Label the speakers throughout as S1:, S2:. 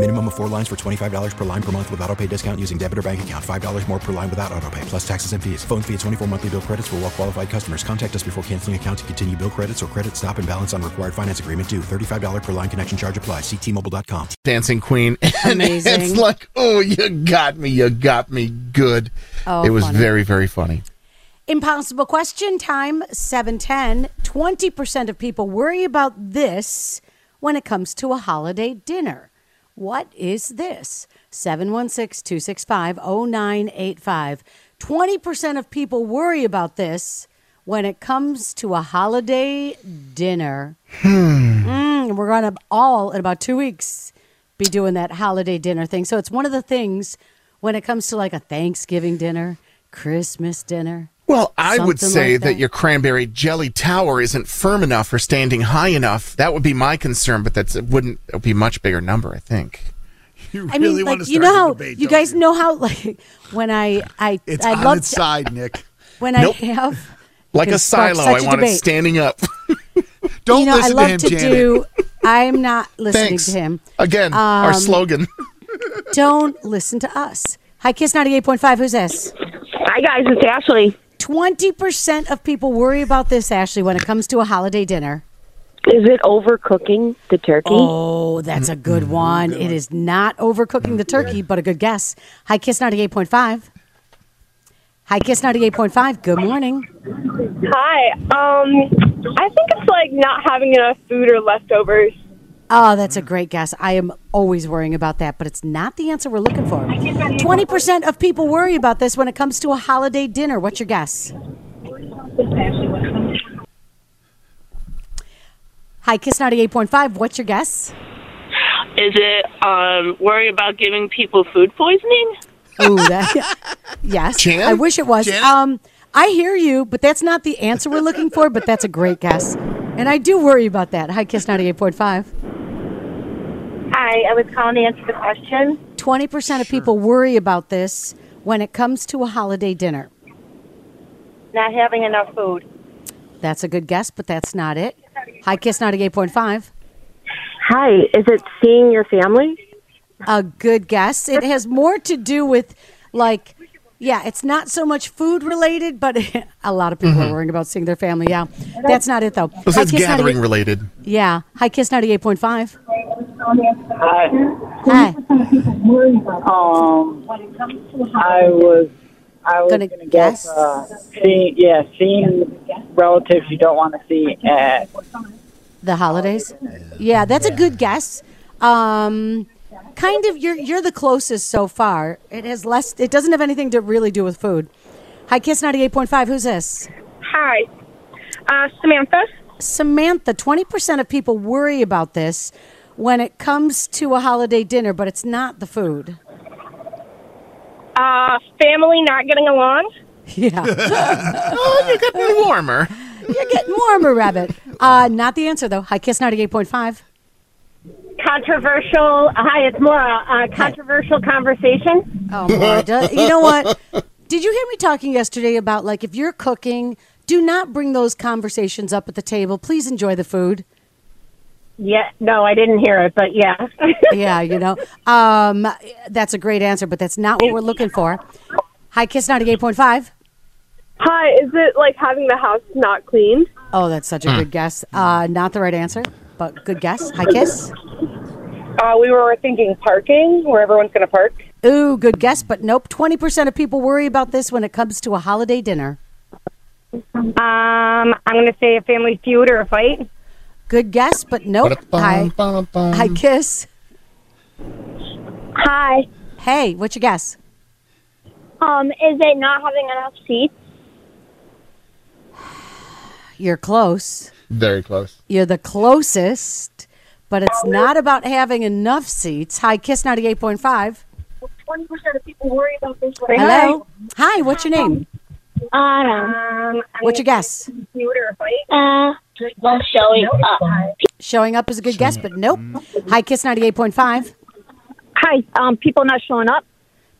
S1: Minimum of four lines for $25 per line per month with auto pay discount using debit or bank account. $5 more per line without auto pay, plus taxes and fees. Phone fee at 24 monthly bill credits for all well qualified customers. Contact us before canceling account to continue bill credits or credit stop and balance on required finance agreement due. $35 per line connection charge applies. Ctmobile.com.
S2: Dancing Queen. And Amazing. it's like, oh, you got me. You got me good. Oh, it was funny. very, very funny.
S3: Impossible question time 710. 20% of people worry about this when it comes to a holiday dinner. What is this? 716 265 0985. 20% of people worry about this when it comes to a holiday dinner.
S2: Hmm.
S3: Mm, we're going to all, in about two weeks, be doing that holiday dinner thing. So it's one of the things when it comes to like a Thanksgiving dinner, Christmas dinner.
S2: Well, I Something would say like that. that. your cranberry jelly tower isn't firm enough or standing high enough. That would be my concern, but that wouldn't be much bigger number, I think.
S4: You really I mean, want like, to you know how debate,
S3: you guys
S4: you?
S3: know how like when I I
S4: it's
S3: I
S4: on
S3: love
S4: its side, to, Nick.
S3: When nope. I have
S2: like a silo, I want debate. it standing up.
S4: Don't
S3: you know,
S4: listen
S3: I love to,
S4: him, to do.
S3: I'm not listening
S2: Thanks.
S3: to him
S2: again. Um, our slogan.
S3: don't listen to us. Hi, Kiss ninety eight point five. Who's this?
S5: Hi guys, it's Ashley.
S3: 20% of people worry about this, Ashley, when it comes to a holiday dinner.
S5: Is it overcooking the turkey?
S3: Oh, that's a good
S4: Mm-hmm.
S3: one. It is not overcooking the turkey, but a good guess. Hi, Kiss 98.5. Hi, Kiss 98.5. Good morning.
S6: Hi. Um, I think it's like not having enough food or leftovers.
S3: Oh, that's a great guess. I am always worrying about that, but it's not the answer we're looking for. 20% of people worry about this when it comes to a holiday dinner. What's your guess? Hi, Kiss 98.5. What's your guess?
S7: Is it um, worry about giving people food poisoning?
S3: Ooh, that, yes.
S2: Jan?
S3: I wish it was.
S2: Jan?
S3: Um, I hear you, but that's not the answer we're looking for, but that's a great guess. And I do worry about that. Hi, Kiss 98.5.
S8: Hi, I was calling to answer the question.
S3: 20% of people worry about this when it comes to a holiday dinner.
S8: Not having enough food.
S3: That's a good guess, but that's not it. Hi, Kiss 98.5.
S5: Hi, is it seeing your family?
S3: A good guess. It has more to do with, like, yeah, it's not so much food related, but a lot of people are worrying about seeing their family. Yeah, that's not it, though.
S2: Mm-hmm. This
S3: Hi,
S2: is
S3: Kiss 98
S2: gathering related.
S3: Yeah. Hi, Kiss 98.5.
S9: Hi.
S3: Hi.
S9: Um, I was I was
S3: Gonna
S9: gonna,
S3: guess?
S9: guess, uh, seeing yeah seeing relatives you don't want to see at
S3: The holidays? Yeah, that's a good guess. Um, kind of you're you're the closest so far. It has less it doesn't have anything to really do with food. Hi Kiss 98.5, who's this?
S10: Hi, uh, Samantha.
S3: Samantha, 20% of people worry about this when it comes to a holiday dinner, but it's not the food.
S10: Uh, family not getting along.
S3: Yeah.
S2: Oh, you're getting warmer.
S3: You're getting warmer, Rabbit. Uh, not the answer though. Hi Kiss 98.5.
S8: Controversial. Hi, it's Maura. Uh, controversial conversation.
S3: Oh, Maura, do- you know what? Did you hear me talking yesterday about like if you're cooking, do not bring those conversations up at the table. Please enjoy the food.
S8: Yeah. No, I didn't hear it, but yeah.
S3: Yeah, you know, um, that's a great answer, but that's not what we're looking for. Hi, Kiss ninety eight point five.
S6: Hi, is it like having the house not cleaned?
S3: Oh, that's such a good guess. Uh, not the right answer, but good guess. Hi, Kiss.
S11: Uh, we were thinking parking, where everyone's going to park.
S3: Ooh, good guess, but nope. Twenty percent of people worry about this when it comes to a holiday dinner.
S8: um, I'm going to say a family feud or a fight.
S3: Good guess, but nope. Hi, hi, Kiss. Hi. Hey, what's your guess?
S12: Um, is it not having enough seats?
S3: You're close.
S2: Very close.
S3: You're the closest, but it's not about having enough seats. Hi, Kiss 98.5.
S11: 20% of people worry about this. when-
S3: Hello. Hi, what's your name?
S11: Um,
S3: What's your guess?
S11: computer fight.
S3: Uh,
S11: well, showing up.
S3: Showing up is a good guess, but nope. Hi, Kiss 98.5. Hi, um, people not showing up.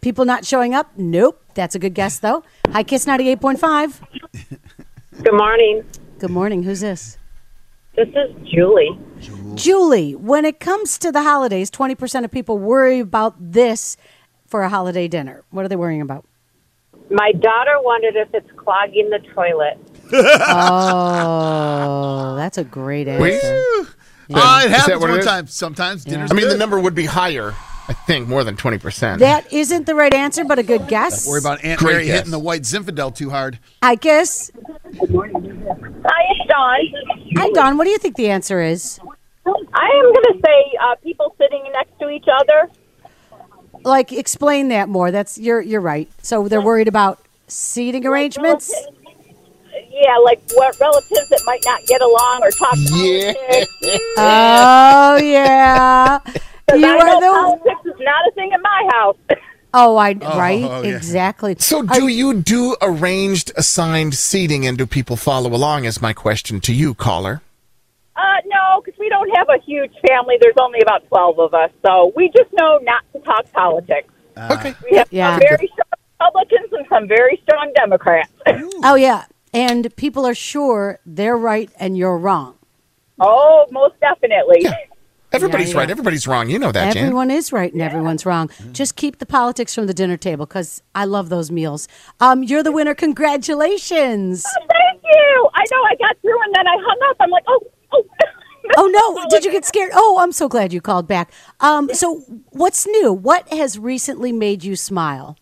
S3: People not showing up? Nope. That's a good guess, though. Hi, Kiss 98.5.
S11: Good morning.
S3: Good morning. Who's this?
S11: This is Julie.
S3: Julie, when it comes to the holidays, 20% of people worry about this for a holiday dinner. What are they worrying about?
S11: My daughter wondered if it's clogging the toilet.
S3: oh, that's a great answer.
S2: Ah,
S3: it
S2: Is that
S3: happens
S2: what
S3: one
S2: is?
S3: time.
S13: Sometimes
S3: Yeah.
S13: dinner's
S2: I mean, the
S13: good.
S2: number would be higher, I think, more than 20%.
S3: That isn't the right answer, but a good guess.
S13: Worry about Aunt
S2: Great
S13: Mary
S2: guess.
S13: hitting the white Zinfandel too hard.
S3: I guess.
S11: Hi, it's Dawn.
S3: Hi, Don. What do you think the answer is?
S11: I am going to say uh, people sitting next to each other.
S3: Like, explain that more. That's you're you're right. So they're worried about seating arrangements.
S11: Yeah, like what relatives that might not get along or talk
S2: yeah.
S11: politics.
S3: Oh yeah,
S11: 'Cause
S3: you
S11: I
S3: are the
S11: know politics Oh, is not a thing in my house.
S3: oh I
S2: Oh,
S3: right
S2: yeah.
S3: exactly.
S2: So, do you do arranged assigned seating and do people follow along? Is my question to you, caller.
S11: Uh, no, because we don't have a huge family. There's only about 12 of us. So we just know not to talk politics.
S2: okay.
S11: We have
S3: Yeah.
S11: some very strong Republicans and some very strong Democrats.
S3: Oh yeah, and people are sure they're right and you're wrong.
S11: oh, most definitely.
S2: Everybody's
S3: Yeah, yeah.
S2: right. Everybody's wrong. You know that, Jan.
S3: Everyone is right and everyone's wrong. Just keep the politics from the dinner table because I love those meals. Um, you're the winner. Congratulations.
S11: Oh, Thank you. I know I got through and then I hung up. I'm like, oh, oh.
S3: Oh no! Did you get scared? Oh, I'm so glad you called back. Um, so what's new? What has recently made you smile?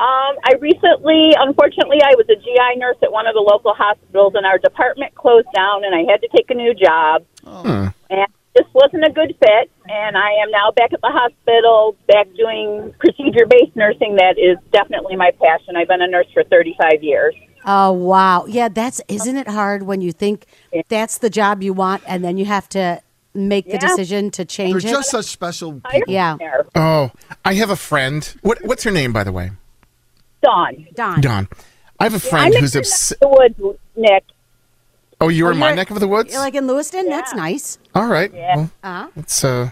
S11: Um, I recently, unfortunately, I was a GI nurse at one of the local hospitals, and our department closed down, and I had to take a new job. And this wasn't a good fit, and I am now back at the hospital, back doing procedure based nursing. That is definitely my passion. I've been a nurse for 35 years.
S3: Oh wow! Yeah, that's isn't it hard when you think that's the job you want and then you have to make the
S13: Yeah.
S3: decision to
S13: They're
S3: change it.
S13: just such special.
S3: yeah,
S2: Oh, I have a friend. What, what's her name, by the way?
S11: Dawn.
S3: Dawn.
S2: Dawn. I have a
S11: I'm
S2: friend
S11: in
S2: who's
S11: your
S2: obs-
S11: neck of the woods, Nick.
S2: Oh, you were in my
S3: You're-
S2: neck of the woods.
S3: You're like in Lewiston. That's nice.
S2: All right. Well,
S3: Uh-huh.
S2: it's uh,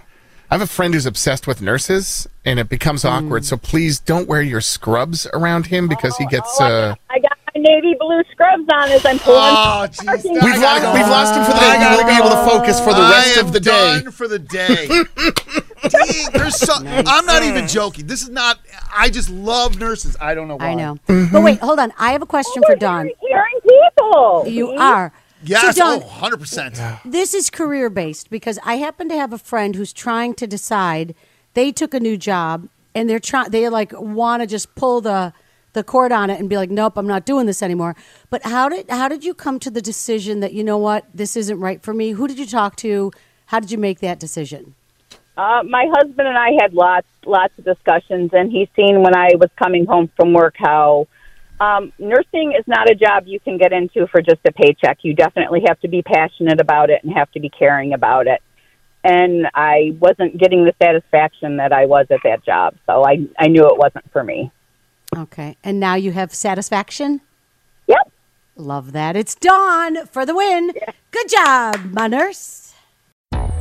S2: I have a friend who's obsessed with nurses, and it becomes awkward. So please don't wear your scrubs around him because he gets. uh,
S11: I got my navy blue scrubs on as I'm pulling.
S13: Oh,
S11: from the parking
S2: We've
S11: lot.
S2: lost, we've lost him for the day. He won't be able to focus for the
S13: I
S2: rest
S13: am
S2: of the day.
S13: Done for the day. Dang, there's so, I'm not even joking. This is not. I just love nurses. I don't know why.
S3: I know. But wait, hold on. I have a question
S11: Oh
S3: for Dawn.
S11: Hearing people. Mm.
S3: You are.
S13: Yes.
S3: So Dawn,
S13: oh, 100 percent.
S3: this is career based because I happen to have a friend who's trying to decide. They took a new job and they're trying. They like want to just pull the the cord on it and be like, "Nope, I'm not doing this anymore." But how did how did you come to the decision that you know what this isn't right for me? Who did you talk to? How did you make that decision?
S11: Uh, my husband and I had lots lots of discussions, and he's seen when I was coming home from work how um, nursing is not a job you can get into for just a paycheck. You definitely have to be passionate about it and have to be caring about it. And I wasn't getting the satisfaction that I was at that job, so I I knew it wasn't for me.
S3: Okay, and now you have satisfaction.
S11: Yep.
S3: Love that. It's Dawn for the win. Good job, my nurse.